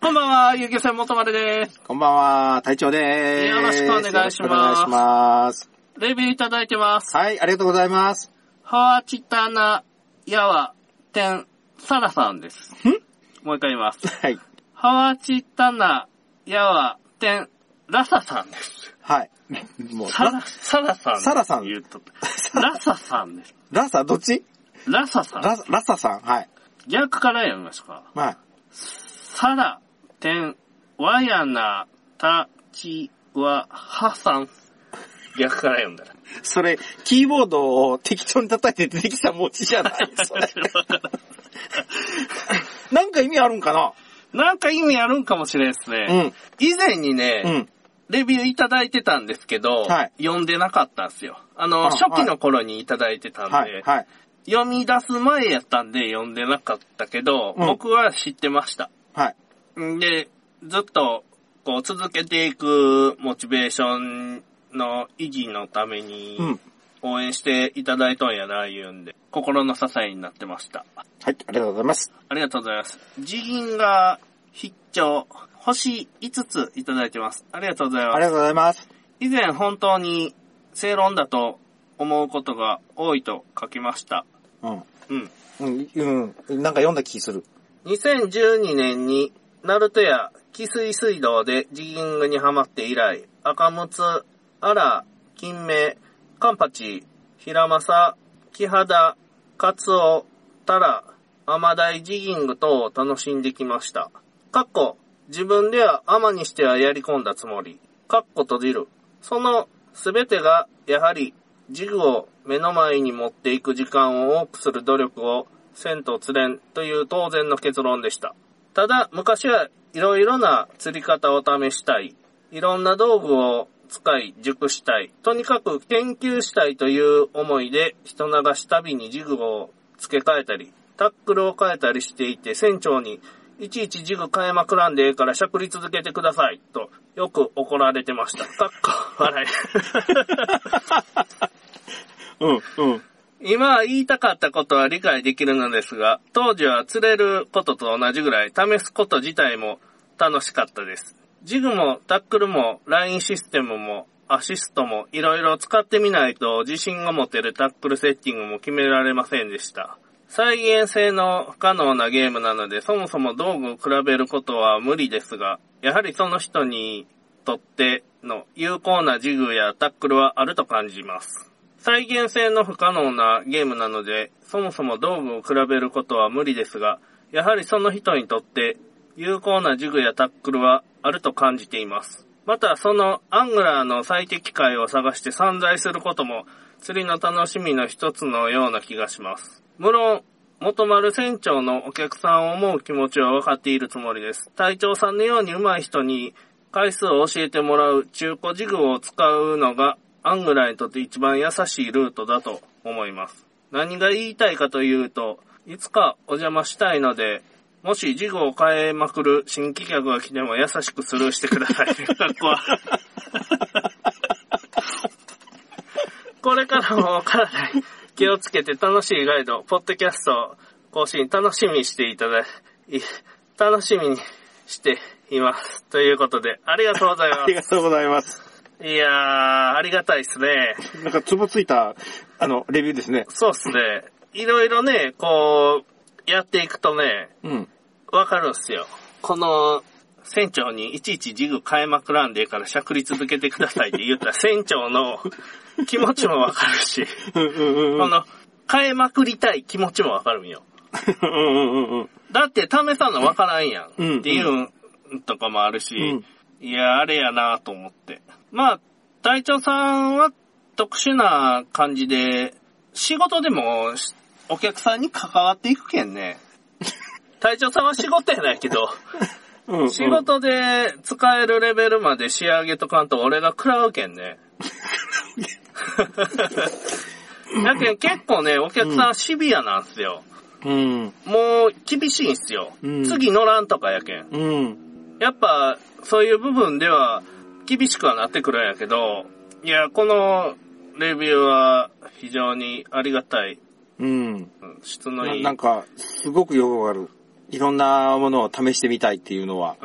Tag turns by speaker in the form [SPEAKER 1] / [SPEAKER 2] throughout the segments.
[SPEAKER 1] こんばんは、ゆうきょせんもとまるです。
[SPEAKER 2] こんばんは、隊長でーす。
[SPEAKER 1] よろしくお願いします
[SPEAKER 2] よろくお願いします。
[SPEAKER 1] レビューいただいてます。
[SPEAKER 2] はい、ありがとうございます。
[SPEAKER 1] はわちたなやわてんさらさんです。もう一回言います。
[SPEAKER 2] はい。
[SPEAKER 1] はわちたなやわてんらささんです。
[SPEAKER 2] はい。もう、
[SPEAKER 1] さら、さらさん。
[SPEAKER 2] さらさん
[SPEAKER 1] 言うと。らささんです。
[SPEAKER 2] ラサ、どっち
[SPEAKER 1] らささん。
[SPEAKER 2] ララサさん。はい。
[SPEAKER 1] 逆から読みますか。
[SPEAKER 2] はい。
[SPEAKER 1] さら、てん、わやな、た、ち、わ、はさん。逆から読んだら。
[SPEAKER 2] それ、キーボードを適当に叩いて出てきた文字じ ゃない。それ なんか意味あるんかな
[SPEAKER 1] なんか意味あるんかもしれんですね。
[SPEAKER 2] うん。
[SPEAKER 1] 以前にね、
[SPEAKER 2] うん。
[SPEAKER 1] レビューいただいてたんですけど、
[SPEAKER 2] はい
[SPEAKER 1] 読んでなかったんですよ。あの、
[SPEAKER 2] あ
[SPEAKER 1] 初期の頃にいただいてたんで、
[SPEAKER 2] はい。はい。
[SPEAKER 1] 読み出す前やったんで読んでなかったけど、
[SPEAKER 2] うん
[SPEAKER 1] 僕は知ってました。
[SPEAKER 2] はい。
[SPEAKER 1] んで、ずっと、こう、続けていくモチベーションの維持のために
[SPEAKER 2] うん。、
[SPEAKER 1] 応援していただいとんやな、言うんで、心の支えになってました。
[SPEAKER 2] はい、ありがとうございます。
[SPEAKER 1] ありがとうございます。辞銀が必聴、星5ついただいてます。ありがとうござい
[SPEAKER 2] あ
[SPEAKER 1] ま
[SPEAKER 2] り
[SPEAKER 1] す。
[SPEAKER 2] がとうございます。
[SPEAKER 1] 以前本当に正論だと思うことが多いと書きました。
[SPEAKER 2] うん。
[SPEAKER 1] うん。
[SPEAKER 2] うん、うん。なんか読んだ気する。
[SPEAKER 1] 2012年に、ナルトや汽水水道でジギングにハマって以来、赤ムツ、アラ、金目、カンパチ、ヒラマサ、キハダ、カツオ、タラ、アマダイジギング等を楽しんできました。かっこ、自分ではアマにしてはやり込んだつもり。かっこ閉じる。そのすべてが、やはり、ジグを目の前に持っていく時間を多くする努力をせんと釣れんという当然の結論でした。ただ、昔はいろいろな釣り方を試したい。いろんな道具を使い、熟したい。とにかく研究したいという思いで、人流し旅にジグを付け替えたり、タックルを変えたりしていて、船長に、いちいちジグ変えまくらんでええからしゃくり続けてください、と、よく怒られてました。かっこ笑い。
[SPEAKER 2] うん、うん。
[SPEAKER 1] 今言いたかったことは理解できるのですが、当時は釣れることと同じぐらい試すこと自体も楽しかったです。ジグもタックルもラインシステムもアシストもいろいろ使ってみないと自信が持てるタックルセッティングも決められませんでした。再現性の不可能なゲームなのでそもそも道具を比べることは無理ですが、やはりその人にとっての有効なジグやタックルはあると感じます。再現性の不可能なゲームなので、そもそも道具を比べることは無理ですが、やはりその人にとって有効なジグやタックルはあると感じています。また、そのアングラーの最適解を探して散財することも釣りの楽しみの一つのような気がします。無論、元丸船長のお客さんを思う気持ちは分かっているつもりです。隊長さんのように上手い人に回数を教えてもらう中古ジグを使うのがアングラーにとって一番優しいルートだと思います。何が言いたいかというと、いつかお邪魔したいので、もしジグを変えまくる新規客が来ても優しくスルーしてください。かっこは。これからもお体に気をつけて楽しいガイド、ポッドキャストを更新楽しみにしていただい、楽しみにしています。ということで、ありがとうございま
[SPEAKER 2] ありがとうございます。
[SPEAKER 1] す。いやー、ありがたいですね。
[SPEAKER 2] なんか、つぼついた、あの、レビューですね。
[SPEAKER 1] そうっすね。いろいろね、こう、やっていくとね、
[SPEAKER 2] うん。
[SPEAKER 1] わかるんすよ。この、船長にいちいちジグ変えまくらんでええからしゃくり続けてくださいって言 ったら船長の気持ちもわかるし、
[SPEAKER 2] うん、うん、うん。
[SPEAKER 1] この、変えまくりたい気持ちもわかるんよ。
[SPEAKER 2] うんうんうんうん。
[SPEAKER 1] だって試さんのわからんやん。
[SPEAKER 2] うん
[SPEAKER 1] っていうとかもあるし、
[SPEAKER 2] うん
[SPEAKER 1] いや、あれやなと思って。まあ、隊長さんは特殊な感じで、仕事でもしお客さんに関わっていくけん ね。隊長さんは仕事やないけど、
[SPEAKER 2] うんうん
[SPEAKER 1] 仕事で使えるレベルまで仕上げとかんと俺が食らうけんね。 だけど結構ね、お客さんシビアなんすよ。
[SPEAKER 2] うん。
[SPEAKER 1] もう厳しいんすよ。
[SPEAKER 2] うん
[SPEAKER 1] 次乗らんとかやけん。
[SPEAKER 2] うん。
[SPEAKER 1] やっぱ、そういう部分では厳しくはなってくるんやけど、いや、このレビューは非常にありがたい。
[SPEAKER 2] うん。
[SPEAKER 1] うん質の
[SPEAKER 2] ない
[SPEAKER 1] い。
[SPEAKER 2] なんか、すごくよくわかる。いろんなものを試してみたいっていうのは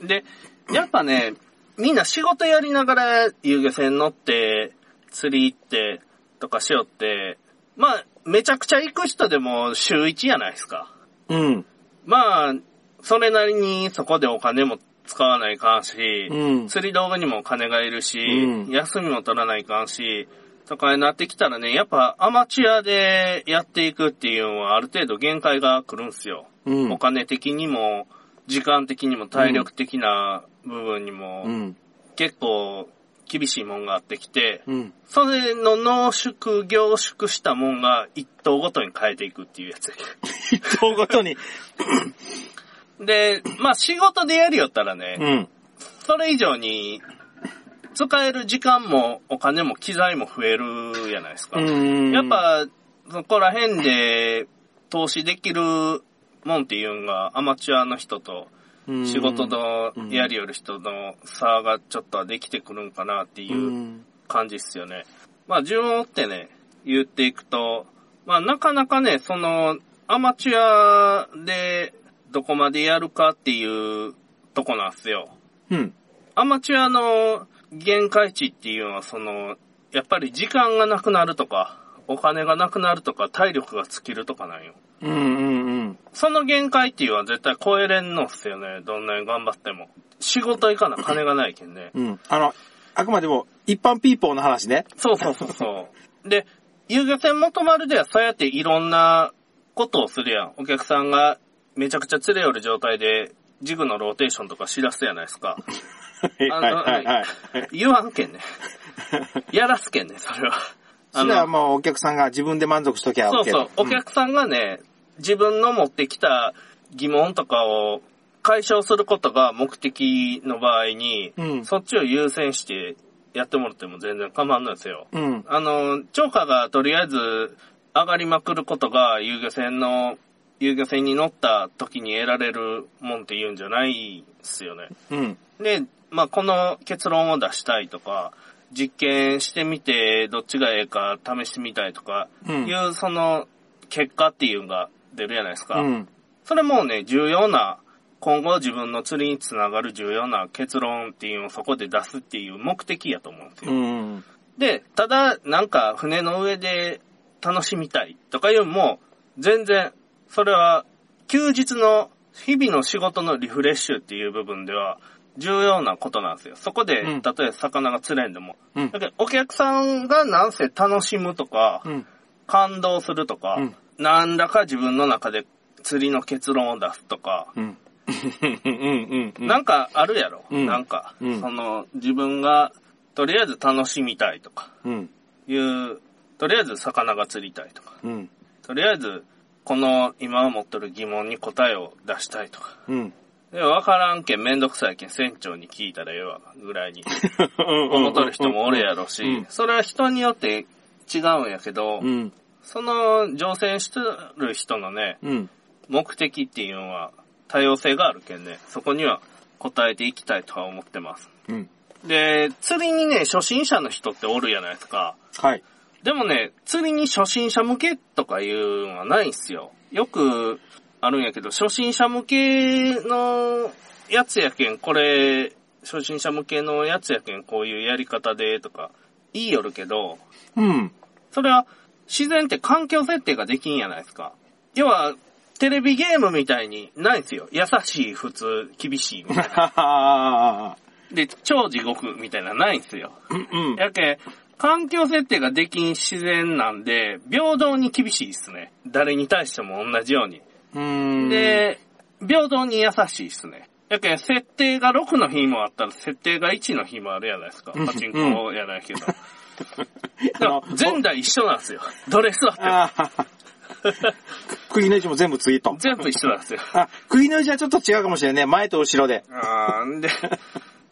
[SPEAKER 1] う。んで、やっぱね、みんな仕事やりながら遊漁船乗って、釣り行って、とかしよって、まあ、めちゃくちゃ行く人でも週1やないですか。
[SPEAKER 2] うん。
[SPEAKER 1] まあ、それなりにそこでお金も使わないかんし、
[SPEAKER 2] うん。
[SPEAKER 1] 釣り道具にもお金がいるし、
[SPEAKER 2] うん
[SPEAKER 1] 休みも取らないかんし、とかになってきたらね、やっぱアマチュアでやっていくっていうのはある程度限界が来るんすよ。
[SPEAKER 2] うん
[SPEAKER 1] お。金的にも、時間的にも体力的な部分にも、
[SPEAKER 2] うん。
[SPEAKER 1] 結構厳しいもんがあってきて、
[SPEAKER 2] うん。
[SPEAKER 1] それの濃縮、凝縮したもんが一頭ごとに変えていくっていうやつ。
[SPEAKER 2] 一頭ごとに。
[SPEAKER 1] で、まあ仕事で やりよったらね、
[SPEAKER 2] うん。
[SPEAKER 1] それ以上に使える時間もお金も機材も増えるじゃないですか。
[SPEAKER 2] うん。
[SPEAKER 1] やっ、ぱ、そこら辺で投資できるもんっていうのがアマチュアの人と仕事のやりよる人の差がちょっとはできてくるんかなって
[SPEAKER 2] う。
[SPEAKER 1] いうん感じっすよね。まあ順を追ってね、言っていくと、まあなかなかね、そのアマチュアでどこまでやるかっていうとこなんすよ。
[SPEAKER 2] うん。
[SPEAKER 1] アマチュアの限界値っていうのは、その、やっぱり時間がなくなるとか、お金がなくなるとか、体力が尽きるとかなんよ。
[SPEAKER 2] うん。うん。うん。
[SPEAKER 1] その限界っていうのは絶対超えれんのっすよね。どんなに頑張っても。仕事行かな金がないけん ね。
[SPEAKER 2] うん。あの、あくまでも、一般ピーポーの話 ね。
[SPEAKER 1] そうそうそうそう。で、遊漁船元丸ではそうやっていろんなことをするやん。お客さんがめちゃくちゃ釣れよる状態で、ジグのローテーションとか知らすやないですか。
[SPEAKER 2] はいはいはいはい。
[SPEAKER 1] 言わんけんね。やらすけんね、それは。
[SPEAKER 2] それはもうお客さんが自分で満足しときゃ
[SPEAKER 1] そう
[SPEAKER 2] OK
[SPEAKER 1] そう。お客さんがね、自分の持ってきた疑問とかを解消することが目的の場合に、
[SPEAKER 2] うん
[SPEAKER 1] そっちを優先してやってもらっても全然構わんないですよ。
[SPEAKER 2] うん。
[SPEAKER 1] あの、超過がとりあえず上がりまくることが遊漁船の、遊漁船に乗った時に得られるもんって言うんじゃないっすよね。
[SPEAKER 2] うん。
[SPEAKER 1] で、まあ、この結論を出したいとか、実験してみて、どっちがええか試してみたいとか、
[SPEAKER 2] う
[SPEAKER 1] い
[SPEAKER 2] ん。
[SPEAKER 1] うその結果っていうのが出るじゃないですか。
[SPEAKER 2] うん。
[SPEAKER 1] それもね、重要な、今後自分の釣りにつながる重要な結論っていうのをそこで出すっていう目的やと思うんですよ。
[SPEAKER 2] うん。
[SPEAKER 1] で、ただ、なんか船の上で楽しみたいとかいうのも、全然、それは休日の日々の仕事のリフレッシュっていう部分では重要なことなんですよ。そこで、
[SPEAKER 2] うん
[SPEAKER 1] 例えば魚が釣れんでも。
[SPEAKER 2] うん
[SPEAKER 1] だ。けど、お客さんがなんせ楽しむとか、
[SPEAKER 2] うん。
[SPEAKER 1] 感動するとか、
[SPEAKER 2] うん
[SPEAKER 1] 何らか自分の中で釣りの結論を出すとか、
[SPEAKER 2] うん。うん。うん。
[SPEAKER 1] なんかあるやろ。
[SPEAKER 2] うん
[SPEAKER 1] なんか、
[SPEAKER 2] うん
[SPEAKER 1] その自分がとりあえず楽しみたいとか。
[SPEAKER 2] うん。
[SPEAKER 1] いう、とりあえず魚が釣りたいとか、
[SPEAKER 2] うん。
[SPEAKER 1] とりあえずこの今持ってる疑問に答えを出したいとか。
[SPEAKER 2] うん。
[SPEAKER 1] で、わからんけんめんどくさいけん船長に聞いたらええわ、ぐらいに思っとる人もおるやろし、
[SPEAKER 2] うん
[SPEAKER 1] それは人によって違うんやけど、
[SPEAKER 2] うん。
[SPEAKER 1] その乗船してる人のね、
[SPEAKER 2] うん。
[SPEAKER 1] 目的っていうのは多様性があるけんね、そこには答えていきたいとは思ってます。
[SPEAKER 2] うん。
[SPEAKER 1] で、釣りにね、初心者の人っておるやないですか。
[SPEAKER 2] はい。
[SPEAKER 1] でもね、釣りに初心者向けとかいうのはないんすよ。よくあるんやけど、初心者向けのやつやけん、これ、初心者向けのやつやけん、こういうやり方でとか、言いよるけど、
[SPEAKER 2] うん。
[SPEAKER 1] それは自然って環境設定ができんやないですか。要は、テレビゲームみたいにないんすよ。優しい、普通、厳しいみたいな。
[SPEAKER 2] はは
[SPEAKER 1] で、超地獄みたいなのないんすよ。
[SPEAKER 2] うん。
[SPEAKER 1] やけ、環境設定ができん自然なんで、平等に厳しいですね。誰に対しても同じように。
[SPEAKER 2] うん。、
[SPEAKER 1] で、平等に優しいですね。やけ、設定が6の日もあったら、設定が1の日もあるやないですか。
[SPEAKER 2] うん
[SPEAKER 1] パチンコやないけど。だ
[SPEAKER 2] あ
[SPEAKER 1] から
[SPEAKER 2] の、
[SPEAKER 1] 前代一緒なんですよ。どれ座っても。
[SPEAKER 2] ああ。釘の位置も全部ツイート。
[SPEAKER 1] 全部一緒なんですよ。
[SPEAKER 2] あ、釘の位置はちょっと違うかもしれないね。前と後ろで。
[SPEAKER 1] あーんで、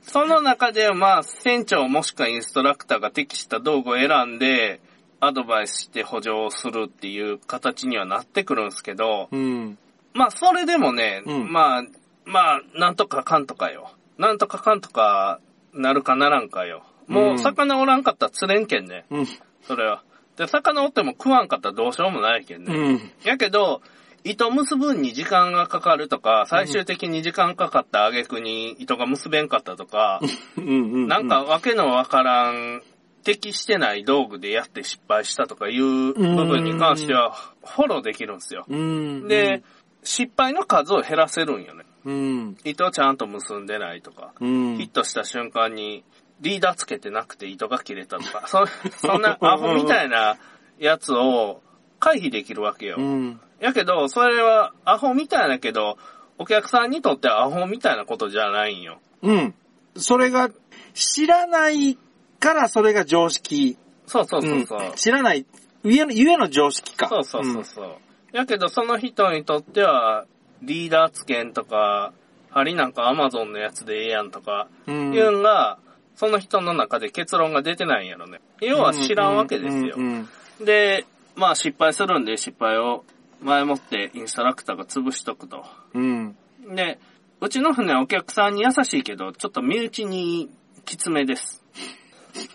[SPEAKER 1] その中で、まあ、船長もしくはインストラクターが適した道具を選んで、アドバイスして補助をするっていう形にはなってくるんですけど、
[SPEAKER 2] うん。
[SPEAKER 1] まあ、それでもね、
[SPEAKER 2] うん
[SPEAKER 1] まあ、まあ、なんとかかんとかよ。なんとかかんとか、なるかならんかよ。も
[SPEAKER 2] う
[SPEAKER 1] う、
[SPEAKER 2] ん
[SPEAKER 1] 魚おらんかったら釣れんけんね。
[SPEAKER 2] うん。
[SPEAKER 1] それは。で、魚おっても食わんかったらどうしようもないけんね。
[SPEAKER 2] うん。
[SPEAKER 1] やけど、糸結ぶんに時間がかかるとか、最終的に時間かかった挙句に糸が結べんかったとか、
[SPEAKER 2] うんうん。
[SPEAKER 1] なんか、わけのわからん、適してない道具でやって失敗したとかいう部分に関しては、フォローできるんですよ。
[SPEAKER 2] うん。
[SPEAKER 1] で、、失敗の数を減らせるんよね。
[SPEAKER 2] うん。
[SPEAKER 1] 糸をちゃんと結んでないとか、
[SPEAKER 2] うん。
[SPEAKER 1] ヒットした瞬間にリーダーつけてなくて糸が切れたとか、そそんなアホみたいなやつを回避できるわけよ。
[SPEAKER 2] うん。
[SPEAKER 1] やけど、それはアホみたいだけど、お客さんにとってはアホみたいなことじゃないんよ。
[SPEAKER 2] うん。それが、知らないからそれが常識。
[SPEAKER 1] そうそうそうそう。
[SPEAKER 2] ん知らない、ゆえの、ゆえの常識か。
[SPEAKER 1] そうそうそうそう。やけど、その人にとっては、リーダーつけんとか、針なんかアマゾンのやつでええやんとか、
[SPEAKER 2] うん。
[SPEAKER 1] いうんが、その人の中で結論が出てないんやろね。要は知らんわけですよ
[SPEAKER 2] う。ん
[SPEAKER 1] で、まあ失敗するんで失敗を前もってインストラクターが潰しとくと。
[SPEAKER 2] うんうん。
[SPEAKER 1] で、うちの船はお客さんに優しいけど、ちょっと身内にきつめです。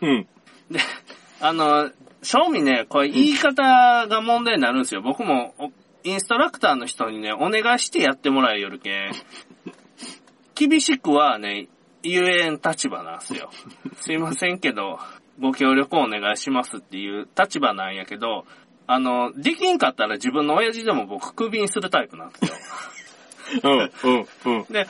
[SPEAKER 2] うん。
[SPEAKER 1] で、あの、正味ね、これ言い方が問題になるんですよ。僕もおインストラクターの人にね、お願いしてやってもらうよるけん。厳しくはね、言えん立場なんですよ。すいませんけど、ご協力をお願いしますっていう立場なんやけど、あの、できんかったら自分の親父でも僕クビにするタイプなんですよ。
[SPEAKER 2] うん。うん。うん。
[SPEAKER 1] で、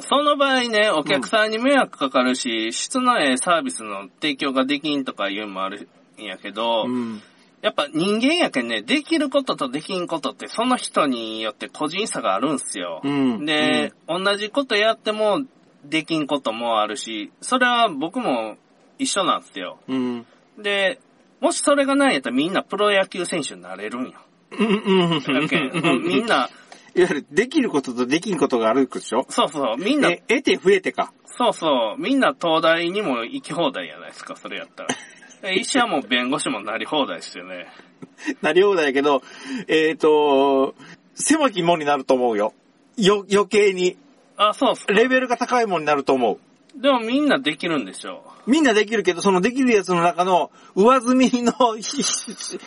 [SPEAKER 1] その場合ね、お客さんに迷惑かかるし、質のええサービスの提供ができんとかいうのもあるんやけど、
[SPEAKER 2] うん。
[SPEAKER 1] やっぱ人間やけんね、できることとできんことってその人によって個人差があるんすよ。
[SPEAKER 2] うん。
[SPEAKER 1] で、同じことやってもできんこともあるし、それは僕も一緒なんすよ。
[SPEAKER 2] うん。
[SPEAKER 1] で、もしそれがないんやったらみんなプロ野球選手になれるんよ。
[SPEAKER 2] うん。うん。うん。
[SPEAKER 1] だけんみんな、
[SPEAKER 2] いわゆる、できることとできんことがあるでしょ
[SPEAKER 1] そうそう、みんな
[SPEAKER 2] え、得て増えてか。
[SPEAKER 1] そうそう。みんな東大にも行き放題やないですか、それやった ら。え医者も弁護士もなり放題ですよね。
[SPEAKER 2] なりようだけど、えっと、狭き門になると思うよ。よ、余計に。
[SPEAKER 1] あ、そうっす。
[SPEAKER 2] レベルが高いもんになると思う。
[SPEAKER 1] でもみんなできるんでしょ
[SPEAKER 2] みんなできるけど、そのできるやつの中の上積みの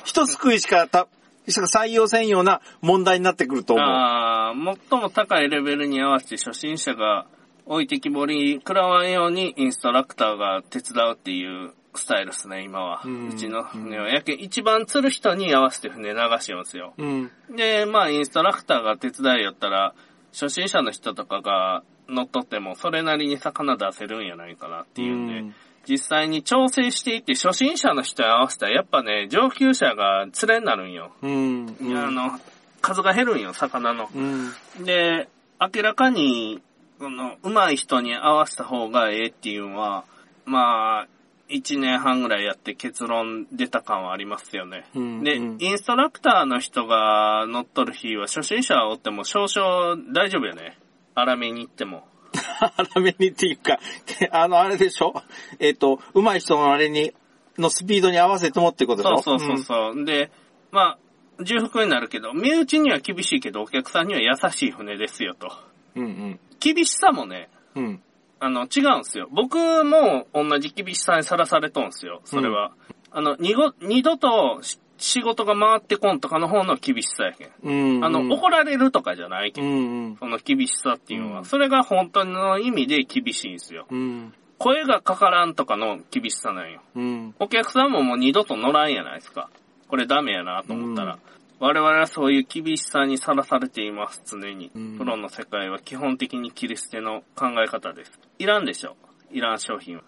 [SPEAKER 2] 一すくいしかた、しか採用せんような問題になってくると
[SPEAKER 1] う。
[SPEAKER 2] 思う。
[SPEAKER 1] ああ、最も高いレベルに合わせて初心者が置いてきぼり食らわんようにインストラクターが手伝うっていうスタイルっすね、今は。
[SPEAKER 2] うん
[SPEAKER 1] うちの船は。やけん一番釣る人に合わせて船流しますよ。
[SPEAKER 2] うん。
[SPEAKER 1] で、まあ、インストラクターが手伝いやったら、初心者の人とかが乗っ取っても、それなりに魚出せるんやないかなっていうんで、
[SPEAKER 2] うん
[SPEAKER 1] 実際に調整していって、初心者の人に合わせたら、やっぱね、上級者が連れになるんよ。
[SPEAKER 2] うん。
[SPEAKER 1] あの、数が減るんよ、魚の。
[SPEAKER 2] うん。
[SPEAKER 1] で、明らかに、その、上手い人に合わせた方がええっていうのは、まあ、1年半ぐらいやって結論出た感はありますよね。
[SPEAKER 2] うん
[SPEAKER 1] で、
[SPEAKER 2] うん
[SPEAKER 1] インストラクターの人が乗っ取る日は初心者はおっても少々大丈夫よね。粗めに行っても。
[SPEAKER 2] 粗めにっていうか、 あの、あれでしょえっ、と、上手い人のあれに、のスピードに合わせてもってことでし
[SPEAKER 1] そ
[SPEAKER 2] ょ
[SPEAKER 1] うそうそうそう。で、まあ、重複になるけど、身内には厳しいけど、お客さんには優しい船ですよと。
[SPEAKER 2] うん。うん
[SPEAKER 1] 厳しさもね、
[SPEAKER 2] うん。うん。
[SPEAKER 1] あの、違うんすよ。僕も同じ厳しさにさらされとんすよ、それは。あの、二ご二度とし仕事が回ってこんとかの方の厳しさやけん。
[SPEAKER 2] うん。
[SPEAKER 1] あの、
[SPEAKER 2] うん
[SPEAKER 1] 怒られるとかじゃないけん。
[SPEAKER 2] うん。
[SPEAKER 1] その厳しさっていうのは、
[SPEAKER 2] うん
[SPEAKER 1] それが本当の意味で厳しいんですよ。
[SPEAKER 2] うん。
[SPEAKER 1] 声がかからんとかの厳しさなんよ。
[SPEAKER 2] うん。
[SPEAKER 1] お客さんももう二度と乗らんやないですか。これダメやなと思ったら。
[SPEAKER 2] うん
[SPEAKER 1] 我々はそういう厳しさにさらされています、常に。
[SPEAKER 2] うん
[SPEAKER 1] プロの世界は基本的に切り捨ての考え方です。いらんでしょ。いらん商品は。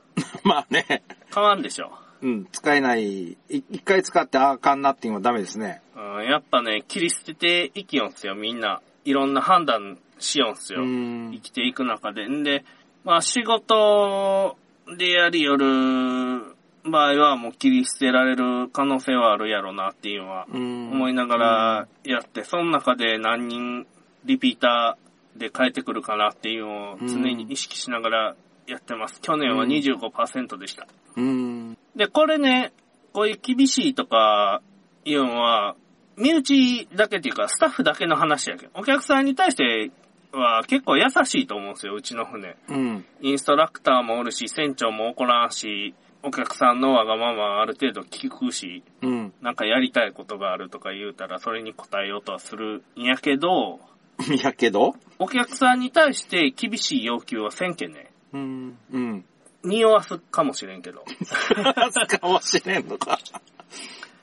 [SPEAKER 2] まあね。
[SPEAKER 1] 買わんでしょ。
[SPEAKER 2] うん。使えない。い一回使って、ああかんなっていうのはダメですね。
[SPEAKER 1] うん、やっぱね、切り捨てていきよんすよ、みんな。いろんな判断しよんすよ。
[SPEAKER 2] ん
[SPEAKER 1] 生きていく中で。んで、まあ仕事でやりよる場合はもう切り捨てられる可能性はあるやろなっていうのは
[SPEAKER 2] 思
[SPEAKER 1] 思いながらやって、その中で何人リピーターで変えてくるかなっていうのを常に意識しながらやってます。去年は25%でした。
[SPEAKER 2] うん。
[SPEAKER 1] で、これね、こういう厳しいとかいうのは、身内だけっていうか、スタッフだけの話やけど、お客さんに対しては結構優しいと思うんですよ、うちの船。
[SPEAKER 2] うん。
[SPEAKER 1] インストラクターもおるし、船長も怒らんし、お客さんのわがままある程度聞くし、
[SPEAKER 2] うん。
[SPEAKER 1] なんかやりたいことがあるとか言うたら、それに応えようとはするんやけど、
[SPEAKER 2] いやけど
[SPEAKER 1] お客さんに対して厳しい要求はせんけね。
[SPEAKER 2] うん。うん。
[SPEAKER 1] 匂わすかもしれんけど。
[SPEAKER 2] かもしれんのか。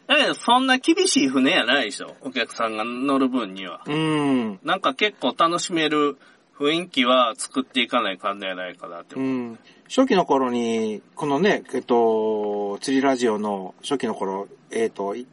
[SPEAKER 1] だけど、そんな厳しい船やないでしょ。お客さんが乗る分には。
[SPEAKER 2] うん。
[SPEAKER 1] なんか結構楽しめる雰囲気は作っていかないかんのやないかなって
[SPEAKER 2] う
[SPEAKER 1] 思う。
[SPEAKER 2] ん。初期の頃に、このね、えっと、釣りラジオの初期の頃、えっと、1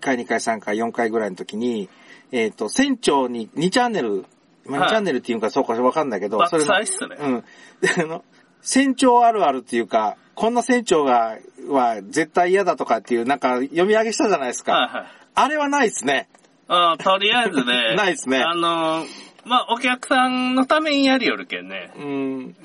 [SPEAKER 2] 回、2回、3回、4回ぐらいの時に、えっと、船長に2チャンネル、まあ
[SPEAKER 1] はい
[SPEAKER 2] 2チャンネルっていうかそうかわかんないけど、そ
[SPEAKER 1] 爆
[SPEAKER 2] れの
[SPEAKER 1] 災っすね。
[SPEAKER 2] うん。で、あの、船長あるあるっていうか、こんな船長が、は絶対嫌だとかっていう、なんか読み上げしたじゃないですか。
[SPEAKER 1] はいはい。
[SPEAKER 2] あれはないですね。
[SPEAKER 1] ああ、とりあえずね。
[SPEAKER 2] ないっすね
[SPEAKER 1] あのー、まあ、お客さんのためにやりよるけんね。
[SPEAKER 2] うん。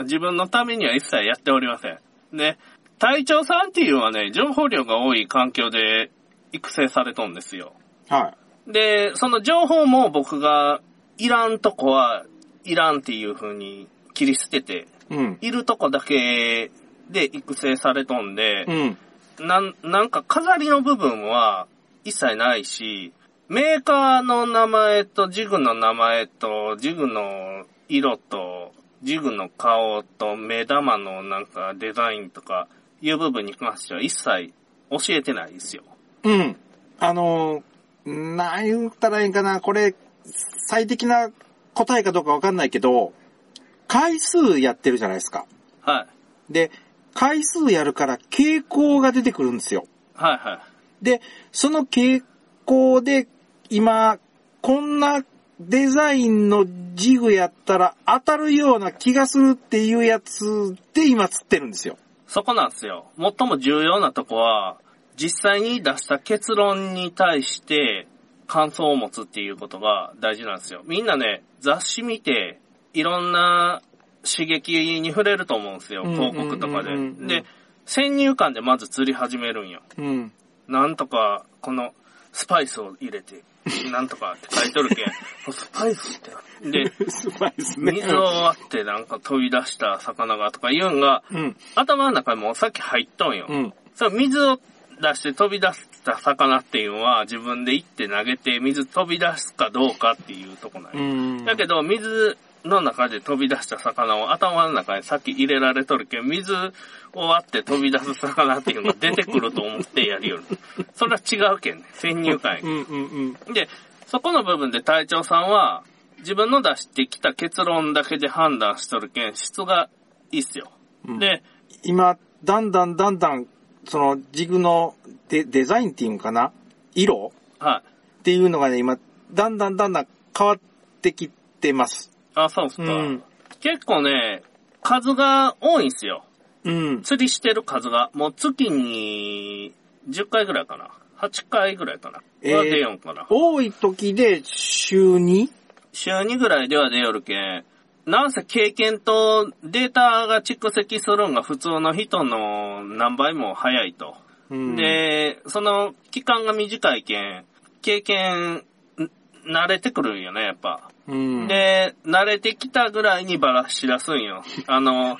[SPEAKER 1] うん、自分のためには一切やっておりません。で、隊長さんっていうのはね、情報量が多い環境で育成されとんですよ。
[SPEAKER 2] は
[SPEAKER 1] で、その情報も僕が、いらんとこはいらんっていう風に切り捨てて、
[SPEAKER 2] い。うん。
[SPEAKER 1] いるとこだけで育成されとんで、
[SPEAKER 2] うん。
[SPEAKER 1] なん、なんか飾りの部分は一切ないし、メーカーの名前とジグの名前とジグの色とジグの顔と目玉のなんかデザインとかいう部分に関しては一切教えてないですよ。
[SPEAKER 2] うん。あのー、なん言ったらいいんかな、これ、最適な答えかどうかわかんないけど、回数やってるじゃないですか。
[SPEAKER 1] はい。
[SPEAKER 2] で、回数やるから傾向が出てくるんですよ。
[SPEAKER 1] はいはい。
[SPEAKER 2] で、その傾向で、今、こんなデザインのジグやったら当たるような気がするっていうやつで今釣ってるんですよ。
[SPEAKER 1] そこなんですよ。最も重要なとこは、実際に出した結論に対して感想を持つっていうことが大事なんですよ。みんなね、雑誌見て、いろんな刺激に触れると思うんですよ。
[SPEAKER 2] うん
[SPEAKER 1] 広告とかで
[SPEAKER 2] うんうんうんう。ん
[SPEAKER 1] で、先入観でまず釣り始めるんよ。
[SPEAKER 2] うん。
[SPEAKER 1] なんとか、この、スパイスを入れて、なんとかって書いとるけ ん。スパイスって。で、
[SPEAKER 2] すごいですね。
[SPEAKER 1] 水を割ってなんか飛び出した魚がとか言うんが、
[SPEAKER 2] うん。
[SPEAKER 1] 頭の中にもうさっき入っとんよ。
[SPEAKER 2] うん。
[SPEAKER 1] そう、水を出して飛び出した魚っていうのは自分で行って投げて水飛び出すかどうかっていうとこなん
[SPEAKER 2] う
[SPEAKER 1] よ
[SPEAKER 2] ん。
[SPEAKER 1] だけど、水の中で飛び出した魚を頭の中にさっき入れられとるけん、水を割って飛び出す魚っていうのが出てくると思ってやりよる。 それは違うけんね。先入観やけん
[SPEAKER 2] うんうんうん。
[SPEAKER 1] で、そこの部分で隊長さんは、自分の出してきた結論だけで判断しとるけん、質がいいっすよ。
[SPEAKER 2] うん
[SPEAKER 1] で、
[SPEAKER 2] 今、だんだんだんだん、そのジグのデデザインっていうのかな色
[SPEAKER 1] はい。
[SPEAKER 2] っていうのがね、今、だんだんだんだん変わってきてます。
[SPEAKER 1] あ、そうっすか。
[SPEAKER 2] うん。
[SPEAKER 1] 結構ね、数が多いんすよ。
[SPEAKER 2] うん。
[SPEAKER 1] 釣りしてる数が。もう月に10回ぐらいかな。8回ぐらいかな。
[SPEAKER 2] えー
[SPEAKER 1] は出よんかな。
[SPEAKER 2] 多い時で週 2?
[SPEAKER 1] 週2ぐらいでは出よるけん。なんせ経験とデータが蓄積するんが普通の人の何倍も早いと。
[SPEAKER 2] うん、
[SPEAKER 1] で、その期間が短いけん、経験、ん慣れてくるんよね、やっぱ。
[SPEAKER 2] うん、
[SPEAKER 1] で、慣れてきたぐらいにばらし出すん よ。あの、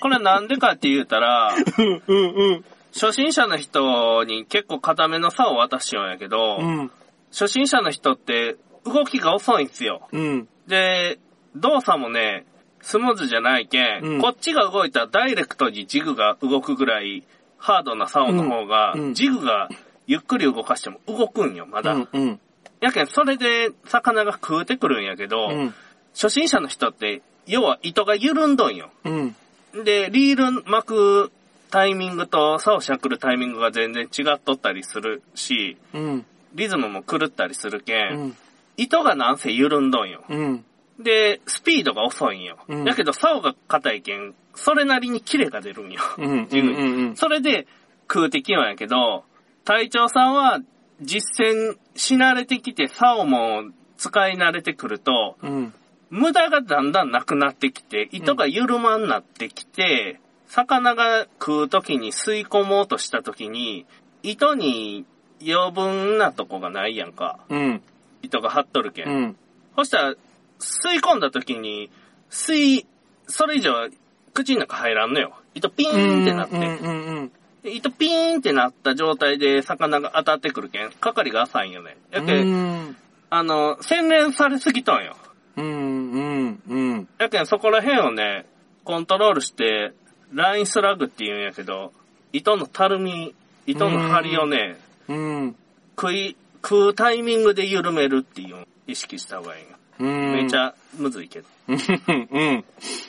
[SPEAKER 1] これなんでかって言うたら、
[SPEAKER 2] うんうんうん
[SPEAKER 1] 初心者の人に結構固めの差を渡しようんやけど、
[SPEAKER 2] うん
[SPEAKER 1] 初心者の人って動きが遅いんすよ。
[SPEAKER 2] うん
[SPEAKER 1] で、動作もね、スムーズじゃないけん、
[SPEAKER 2] うん
[SPEAKER 1] こっちが動いたらダイレクトにジグが動くぐらい、ハードな竿の方が、
[SPEAKER 2] うんうん
[SPEAKER 1] ジグがゆっくり動かしても動くんよ、まだ。
[SPEAKER 2] うんうん
[SPEAKER 1] やけん、それで魚が食うてくるんやけど、
[SPEAKER 2] うん
[SPEAKER 1] 初心者の人って、要は糸が緩んどんよ。
[SPEAKER 2] うん
[SPEAKER 1] で、リール巻くタイミングと竿をしゃくるタイミングが全然違っとったりするし、
[SPEAKER 2] うん
[SPEAKER 1] リズムも狂ったりするけ、
[SPEAKER 2] うんん
[SPEAKER 1] 糸がなんせ緩んどんよ。
[SPEAKER 2] うん
[SPEAKER 1] で、スピードが遅いんよ。
[SPEAKER 2] うん
[SPEAKER 1] だけど、竿が硬いけん、それなりにキレが出るんよ。
[SPEAKER 2] うんうんうん
[SPEAKER 1] それで、空的なんやけど、隊長さんは、実践し慣れてきて、竿も使い慣れてくると、
[SPEAKER 2] うん
[SPEAKER 1] 無駄がだんだんなくなってきて、糸が緩まんなってきて、魚が食う時に吸い込もうとした時に、糸に余分なとこがないやんか。
[SPEAKER 2] うん
[SPEAKER 1] 糸が張っとるけん。
[SPEAKER 2] うん
[SPEAKER 1] そしたら、吸い込んだ時に、吸い、それ以上口の中入らんのよ。糸ピーンってなっ
[SPEAKER 2] うんうん
[SPEAKER 1] て。
[SPEAKER 2] うんうん。
[SPEAKER 1] で糸ピーンってなった状態で魚が当たってくるけん、係が浅いんよね。やけ、ん、あの、洗練されすぎとんよ。
[SPEAKER 2] うんうんうん。
[SPEAKER 1] やけんそこら辺をね、コントロールして、ラインスラグって言うんやけど、糸のたるみ、糸の張りをね、
[SPEAKER 2] うん。
[SPEAKER 1] 食い、食うタイミングで緩めるっていうのを意識した方がいいよ。
[SPEAKER 2] うん。
[SPEAKER 1] めちゃむずいけど。
[SPEAKER 2] うん。うん。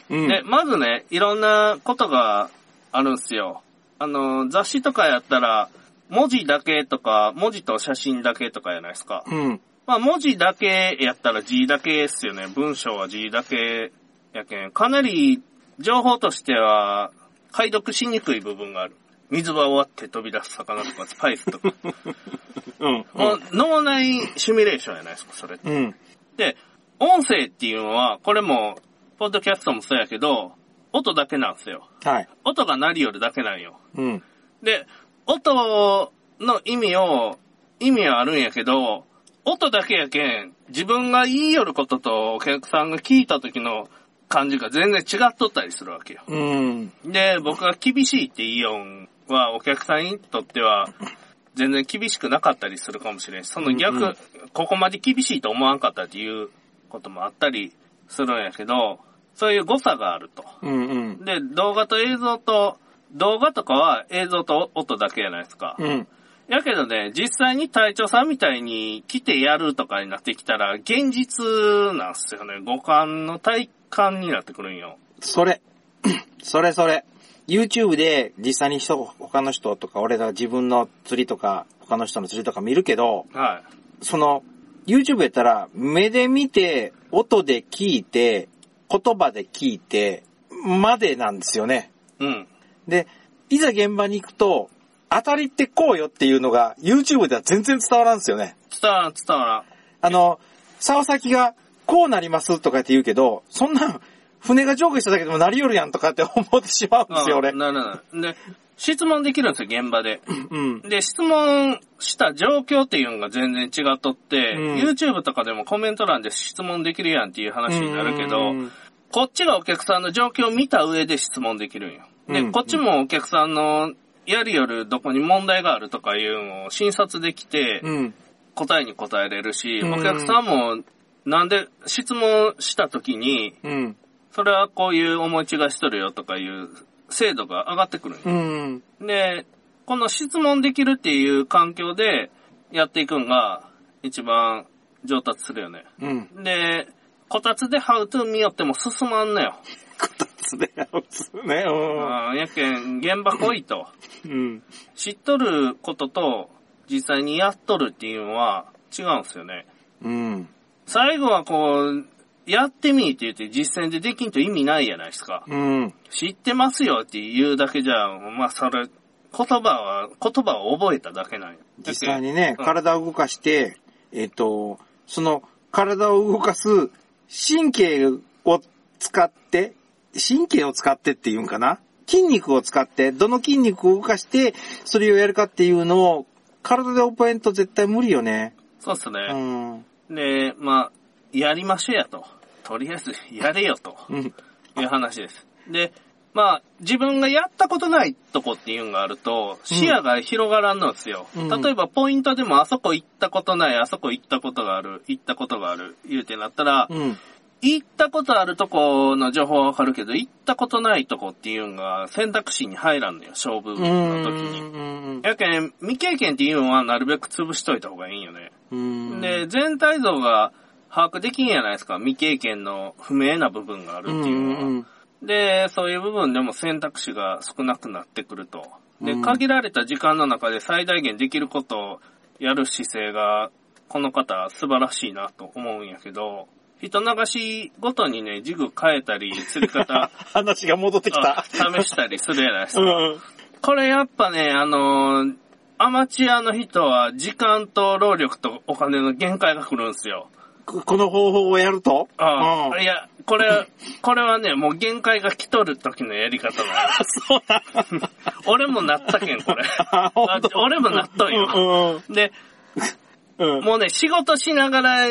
[SPEAKER 2] うん。
[SPEAKER 1] で、まずね、いろんなことがあるんすよ。あの、雑誌とかやったら、文字だけとか、文字と写真だけとかじゃないですか。
[SPEAKER 2] うん。
[SPEAKER 1] まあ、文字だけやったら字だけっすよね。文章は字だけやけん。かなり情報としては解読しにくい部分がある。水場を割って飛び出す魚とかスパイスとか。
[SPEAKER 2] うん。
[SPEAKER 1] もう脳内シミュレーションやないですか、それって。
[SPEAKER 2] うん。
[SPEAKER 1] で、音声っていうのは、これも、ポッドキャストもそうやけど、音だけなんですよ。
[SPEAKER 2] はい。
[SPEAKER 1] 音が鳴りよるだけなんよ。
[SPEAKER 2] うん。
[SPEAKER 1] で、音の意味を、意味はあるんやけど、音だけやけん、自分が言いよることとお客さんが聞いた時の感じが全然違っとったりするわけよ。
[SPEAKER 2] うん。
[SPEAKER 1] で、僕が厳しいって言いよんはお客さんにとっては全然厳しくなかったりするかもしれんし、その逆、
[SPEAKER 2] うんうん
[SPEAKER 1] ここまで厳しいと思わんかったっていうこともあったりするんやけど、そういう誤差があると。
[SPEAKER 2] うん。うん。
[SPEAKER 1] で、動画と映像と、動画とかは映像と音だけじゃないですか。
[SPEAKER 2] うん。
[SPEAKER 1] やけどね、実際に隊長さんみたいに来てやるとかになってきたら、現実なんすよね。五感の体感になってくるんよ。
[SPEAKER 2] それ。 それそれ。YouTube で実際に人、他の人とか、俺が自分の釣りとか、他の人の釣りとか見るけど、
[SPEAKER 1] は
[SPEAKER 2] その、YouTube やったら、目で見て、音で聞いて、言葉で聞いて、までなんですよね。
[SPEAKER 1] い。うん。
[SPEAKER 2] で、いざ現場に行くと、当たりってこうよっていうのが、YouTube では全然伝わらんですよね。
[SPEAKER 1] 伝わらん、伝わらん。
[SPEAKER 2] あの、竿先が、こうなりますとかって言うけど、そんなん、船が上下しただけでもなりよるやんとかって 思ってしまうんですよ、俺。
[SPEAKER 1] なるなる。で、質問できるんですよ、現場で。
[SPEAKER 2] うん。
[SPEAKER 1] で、質問した状況っていうのが全然違っとって、
[SPEAKER 2] うん
[SPEAKER 1] YouTube とかでもコメント欄で質問できるやんっていう話になるけど、
[SPEAKER 2] うん
[SPEAKER 1] こっちがお客さんの状況を見た上で質問できるんよ。で、
[SPEAKER 2] うん
[SPEAKER 1] こっちもお客さんのやりよるどこに問題があるとかいうのを診察できて、
[SPEAKER 2] うん。
[SPEAKER 1] 答えに答えれるし、
[SPEAKER 2] うん
[SPEAKER 1] お客さんもなんで質問した時に、
[SPEAKER 2] うん。
[SPEAKER 1] それはこういう思い違いしとるよとかいう精度が上がってくるんよ。
[SPEAKER 2] うん。
[SPEAKER 1] で、この質問できるっていう環境でやっていくんが一番上達するよね。
[SPEAKER 2] うん。
[SPEAKER 1] で、こたつでハウトゥー見よっても進まんのよ。
[SPEAKER 2] つでやうつね。
[SPEAKER 1] あーやけん、現場来いと。
[SPEAKER 2] うん。
[SPEAKER 1] 知っとることと、実際にやっとるっていうのは違うんですよね。
[SPEAKER 2] うん。
[SPEAKER 1] 最後はこう、やってみーって言って実践でできんと意味ないじゃないですか。
[SPEAKER 2] うん。
[SPEAKER 1] 知ってますよって言うだけじゃ、まあそれ、言葉は、言葉を覚えただけなんよ
[SPEAKER 2] 実際にね、
[SPEAKER 1] うん
[SPEAKER 2] 体を動かして、えっ、と、その体を動かす神経を使って、神経を使ってっていうんかな筋肉を使って、どの筋肉を動かして、それをやるかっていうのを、体で覚えんと絶対無理よね。
[SPEAKER 1] そうっす
[SPEAKER 2] う
[SPEAKER 1] ね。
[SPEAKER 2] ん。
[SPEAKER 1] で、まあ、やりましょうやと。とりあえず、やれよと。
[SPEAKER 2] うん。
[SPEAKER 1] いう話です。で、まあ、自分がやったことないとこっていうのがあると、視野が広がらんのですよ。
[SPEAKER 2] うん
[SPEAKER 1] 例えば、ポイントでもあそこ行ったことない、あそこ行ったことがある、行ったことがある、言うてなったら、
[SPEAKER 2] うん。
[SPEAKER 1] 行ったことあるとこの情報はわかるけど、行ったことないとこっていうのが選択肢に入らんのよ、勝負
[SPEAKER 2] う
[SPEAKER 1] の時に。
[SPEAKER 2] ん。
[SPEAKER 1] やけん、未経験っていうのはなるべく潰しといた方がいいんよね。
[SPEAKER 2] うん。
[SPEAKER 1] で、全体像が把握できんやないですか、未経験の不明な部分がある
[SPEAKER 2] う
[SPEAKER 1] っ
[SPEAKER 2] ん、
[SPEAKER 1] て
[SPEAKER 2] う
[SPEAKER 1] いうのは。
[SPEAKER 2] ん。
[SPEAKER 1] で、そういう部分でも選択肢が少なくなってくると。で、
[SPEAKER 2] うん
[SPEAKER 1] 限られた時間の中で最大限できることをやる姿勢が、この方素晴らしいなと思うんやけど、人流しごとにね、ジグ変えたり、釣り 方、
[SPEAKER 2] 話が戻ってき
[SPEAKER 1] あ
[SPEAKER 2] た。
[SPEAKER 1] 試したりするやないです
[SPEAKER 2] う
[SPEAKER 1] か。
[SPEAKER 2] ん。
[SPEAKER 1] これやっぱね、あのーアマチュアの人は時間と労力とお金の限界が来るんですよ。
[SPEAKER 2] ここの方法をやると
[SPEAKER 1] あ
[SPEAKER 2] うん
[SPEAKER 1] あ、いや、これ、これはね、もう限界が来とる時のやり方なの。
[SPEAKER 2] そう なんだ。
[SPEAKER 1] 俺もなったけん、 これ。
[SPEAKER 2] あ、ほんと
[SPEAKER 1] あ俺もなっとんよ。
[SPEAKER 2] うん
[SPEAKER 1] で、
[SPEAKER 2] うんうん。
[SPEAKER 1] もうね、仕事しながら、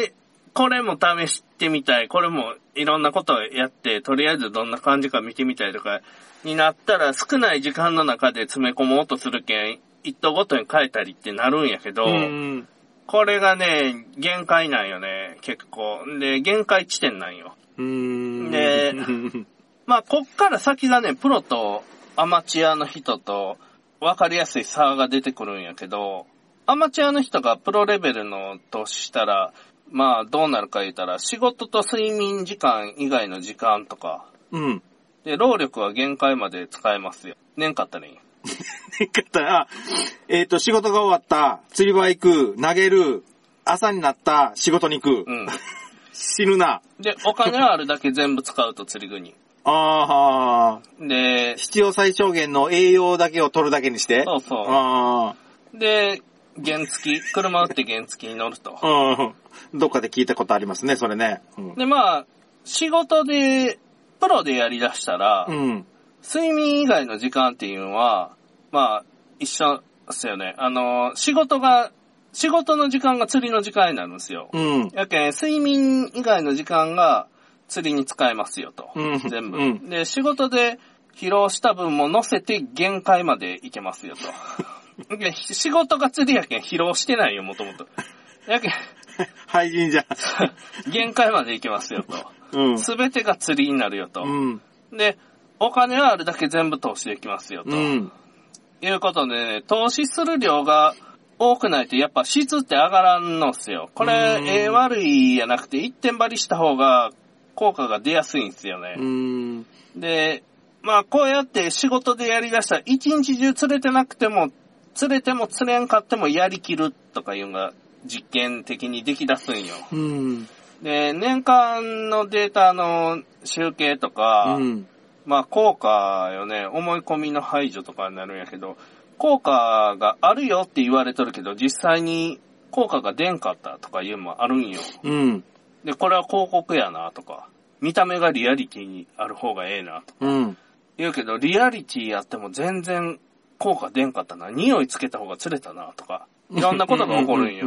[SPEAKER 1] これも試してみたい、これもいろんなことをやって、とりあえずどんな感じか見てみたいとか、になったら少ない時間の中で詰め込もうとするけん、一頭ごとに変えたりってなるんやけど、
[SPEAKER 2] うん。
[SPEAKER 1] これがね、限界なんよね、結構。で、限界地点なんよ。
[SPEAKER 2] うん。
[SPEAKER 1] で
[SPEAKER 2] うん
[SPEAKER 1] まあ、こっから先がね、プロとアマチュアの人と分かりやすい差が出てくるんやけど、アマチュアの人がプロレベルのとしたら、まあ、どうなるか言ったら、仕事と睡眠時間以外の時間とか、
[SPEAKER 2] うん。
[SPEAKER 1] で、労力は限界まで使えますよ。年かったらいい。
[SPEAKER 2] 言い方はえっ、と、仕事が終わった、釣り場行く、投げる、朝になった、仕事に行く。
[SPEAKER 1] うん。
[SPEAKER 2] 死ぬな。
[SPEAKER 1] で、お金はあるだけ全部使うと釣り具に。
[SPEAKER 2] ああ、
[SPEAKER 1] で、
[SPEAKER 2] 必要最小限の栄養だけを取るだけにして。
[SPEAKER 1] そうそう。
[SPEAKER 2] あ
[SPEAKER 1] で、原付き、車打って原付きに乗ると。
[SPEAKER 2] あ、うん。どっかで聞いたことありますね、それね。うん。
[SPEAKER 1] で、まあ、仕事で、プロでやりだしたら、
[SPEAKER 2] うん。
[SPEAKER 1] 睡眠以外の時間っていうのは、まあ、一緒ですよね。あの、仕事が、仕事の時間が釣りの時間になるんですよ。
[SPEAKER 2] うん。
[SPEAKER 1] やけん、睡眠以外の時間が釣りに使えますよと。
[SPEAKER 2] うん
[SPEAKER 1] 全部、
[SPEAKER 2] うん
[SPEAKER 1] で、仕事で疲労した分も乗せて限界までいけますよ と。で仕事が釣りやけん疲労してないよ、もともと。やけん、
[SPEAKER 2] 廃人じゃん。
[SPEAKER 1] 限界までいけますよと。
[SPEAKER 2] うん。
[SPEAKER 1] すべてが釣りになるよと。
[SPEAKER 2] うん。
[SPEAKER 1] で、お金はあるだけ全部投資できますよと。
[SPEAKER 2] うん。
[SPEAKER 1] いうことでね、投資する量が多くないとやっぱ質って上がらんのっすよ。これ
[SPEAKER 2] う、ん
[SPEAKER 1] ええ悪いやなくて一点張りした方が効果が出やすいんですよ
[SPEAKER 2] う
[SPEAKER 1] ね。
[SPEAKER 2] ん。
[SPEAKER 1] で、まあこうやって仕事でやりだしたら一日中釣れてなくても、釣れても釣れんかってもやりきるとかいうのが実験的にできだすんよ。
[SPEAKER 2] うん。
[SPEAKER 1] で、年間のデータの集計とか、
[SPEAKER 2] うん。
[SPEAKER 1] まあ効果よね、思い込みの排除とかになるんやけど、効果があるよって言われとるけど、実際に効果が出んかったとかいうのもあるんよ。
[SPEAKER 2] うん。
[SPEAKER 1] で、これは広告やなとか、見た目がリアリティにある方がええなと。
[SPEAKER 2] うん。
[SPEAKER 1] 言うけど、リアリティやっても全然効果出んかったな、匂いつけた方が釣れたなとか、いろんなことが起こるんよ。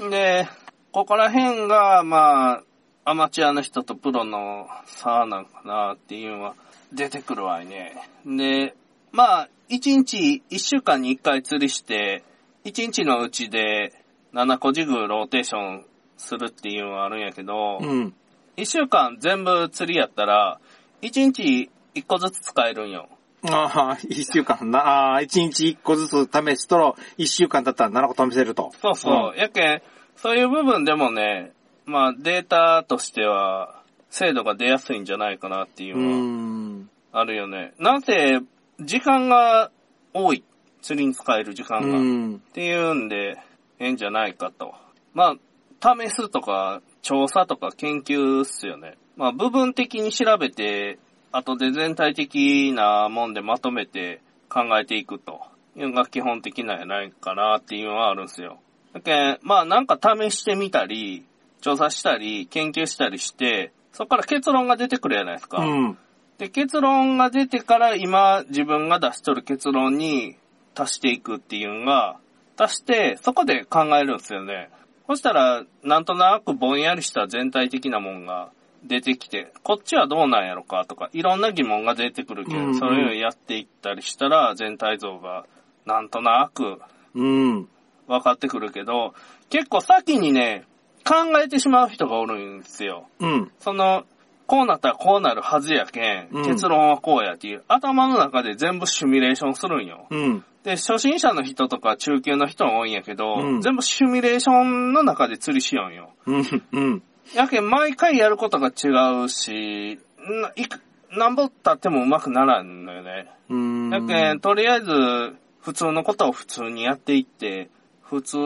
[SPEAKER 2] うん。
[SPEAKER 1] で、ここら辺が、まあ、アマチュアの人とプロの差なのかなっていうのは出てくるわいね。で、まあ、1日、1週間に1回釣りして、1日のうちで7個ジグローテーションするっていうのはあるんやけど、
[SPEAKER 2] うん。
[SPEAKER 1] 1週間全部釣りやったら、1日1個ずつ使えるんよ。
[SPEAKER 2] ああ、一週間な、ああ、一日一個ずつ試しとろう、一週間経ったら7個試せると。
[SPEAKER 1] そうそう。やけん、そういう部分でもね、まあデータとしては、精度が出やすいんじゃないかなっていううのは
[SPEAKER 2] ん。
[SPEAKER 1] あるよね。なんせ、時間が多い。釣りに使える時間
[SPEAKER 2] う
[SPEAKER 1] が。っ
[SPEAKER 2] ん。
[SPEAKER 1] ていうんで、ええんじゃないかと。まあ、試すとか、調査とか研究っすよね。まあ、部分的に調べて、後で全体的なもんでまとめて考えていくというのが基本的なんやないかなっていうのはあるんですよ。だけんまあなんか試してみたり、調査したり、研究したりして、そこから結論が出てくるじゃないですか。
[SPEAKER 2] うん。
[SPEAKER 1] で、結論が出てから今自分が出しとる結論に足していくっていうのが、足してそこで考えるんですよね。そしたら、なんとなくぼんやりした全体的なもんが出てきて、こっちはどうなんやろかとか、いろんな疑問が出てくるけど、
[SPEAKER 2] うんうん
[SPEAKER 1] それをやっていったりしたら全体像がなんとなく
[SPEAKER 2] うん。
[SPEAKER 1] 分かってくるけど、結構先にね、考えてしまう人がおるんですよ。
[SPEAKER 2] うん。
[SPEAKER 1] その、こうなったらこうなるはずやけん、
[SPEAKER 2] うん
[SPEAKER 1] 結論はこうやっていう、頭の中で全部シミュレーションするんよ。
[SPEAKER 2] うん。
[SPEAKER 1] で、初心者の人とか中級の人も多いんやけど、
[SPEAKER 2] うん
[SPEAKER 1] 全部シミュレーションの中で釣りしよんよ。
[SPEAKER 2] うん。うん。
[SPEAKER 1] やけん、毎回やることが違うし、ないく、なんぼたってもうまくならんのよね。
[SPEAKER 2] うん。
[SPEAKER 1] やけん、とりあえず、普通のことを普通にやっていって、普通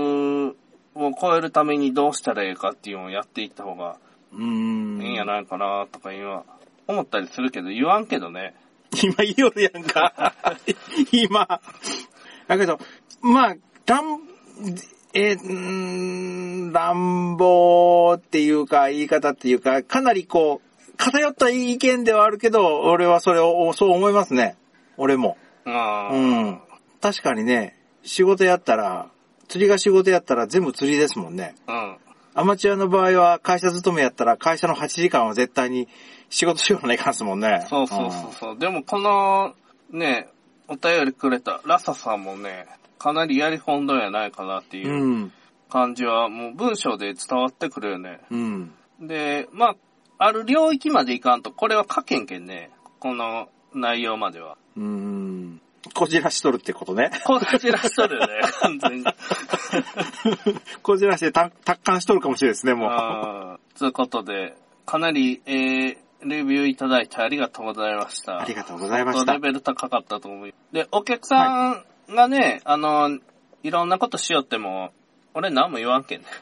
[SPEAKER 1] を超えるためにどうしたらいいかっていうのをやっていった方が、
[SPEAKER 2] うん。
[SPEAKER 1] いいんやないかなとか今思ったりするけど言わんけどね。
[SPEAKER 2] 今言いよるやんか。 今。だけど、まあ、乱、えーうーん乱暴っていうか、言い方っていうか、かなりこう、偏った意見ではあるけど、俺はそれを、そう思いますね。俺も。
[SPEAKER 1] うん。
[SPEAKER 2] うん。確かにね、仕事やったら、釣りが仕事やったら全部釣りですもんね。
[SPEAKER 1] うん。
[SPEAKER 2] アマチュアの場合は会社勤めやったら会社の8時間は絶対に仕事しようがないかんすもんね。
[SPEAKER 1] そうそうそうそう。でもこの、ね、お便りくれたラサさんもね、かなりやり込んどんやないかなって
[SPEAKER 2] う。
[SPEAKER 1] いうん感じは、もう文章で伝わってくるよね。
[SPEAKER 2] うん。
[SPEAKER 1] で、まあ、ある領域までいかんと、これは書けんけんね。この内容までは。
[SPEAKER 2] うん。うん。こじらしとるってことね。
[SPEAKER 1] こじらしとるよね、完全に。
[SPEAKER 2] こじらしてた達観しとるかもしれないですね、もう。
[SPEAKER 1] あーということで、かなり、えー、レビューいただいてありがとうございました。
[SPEAKER 2] ありがとうございまし
[SPEAKER 1] ちょったと。レベル高かったと思う。で、お客さんがね、あの、いろんなことしよっても、俺何も言わんけ んね。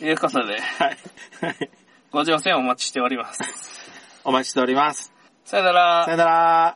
[SPEAKER 1] いうことで、
[SPEAKER 2] はい。はい
[SPEAKER 1] ご乗船お待ちしております。
[SPEAKER 2] お待ちしております。
[SPEAKER 1] さよなら
[SPEAKER 2] さよ。なら。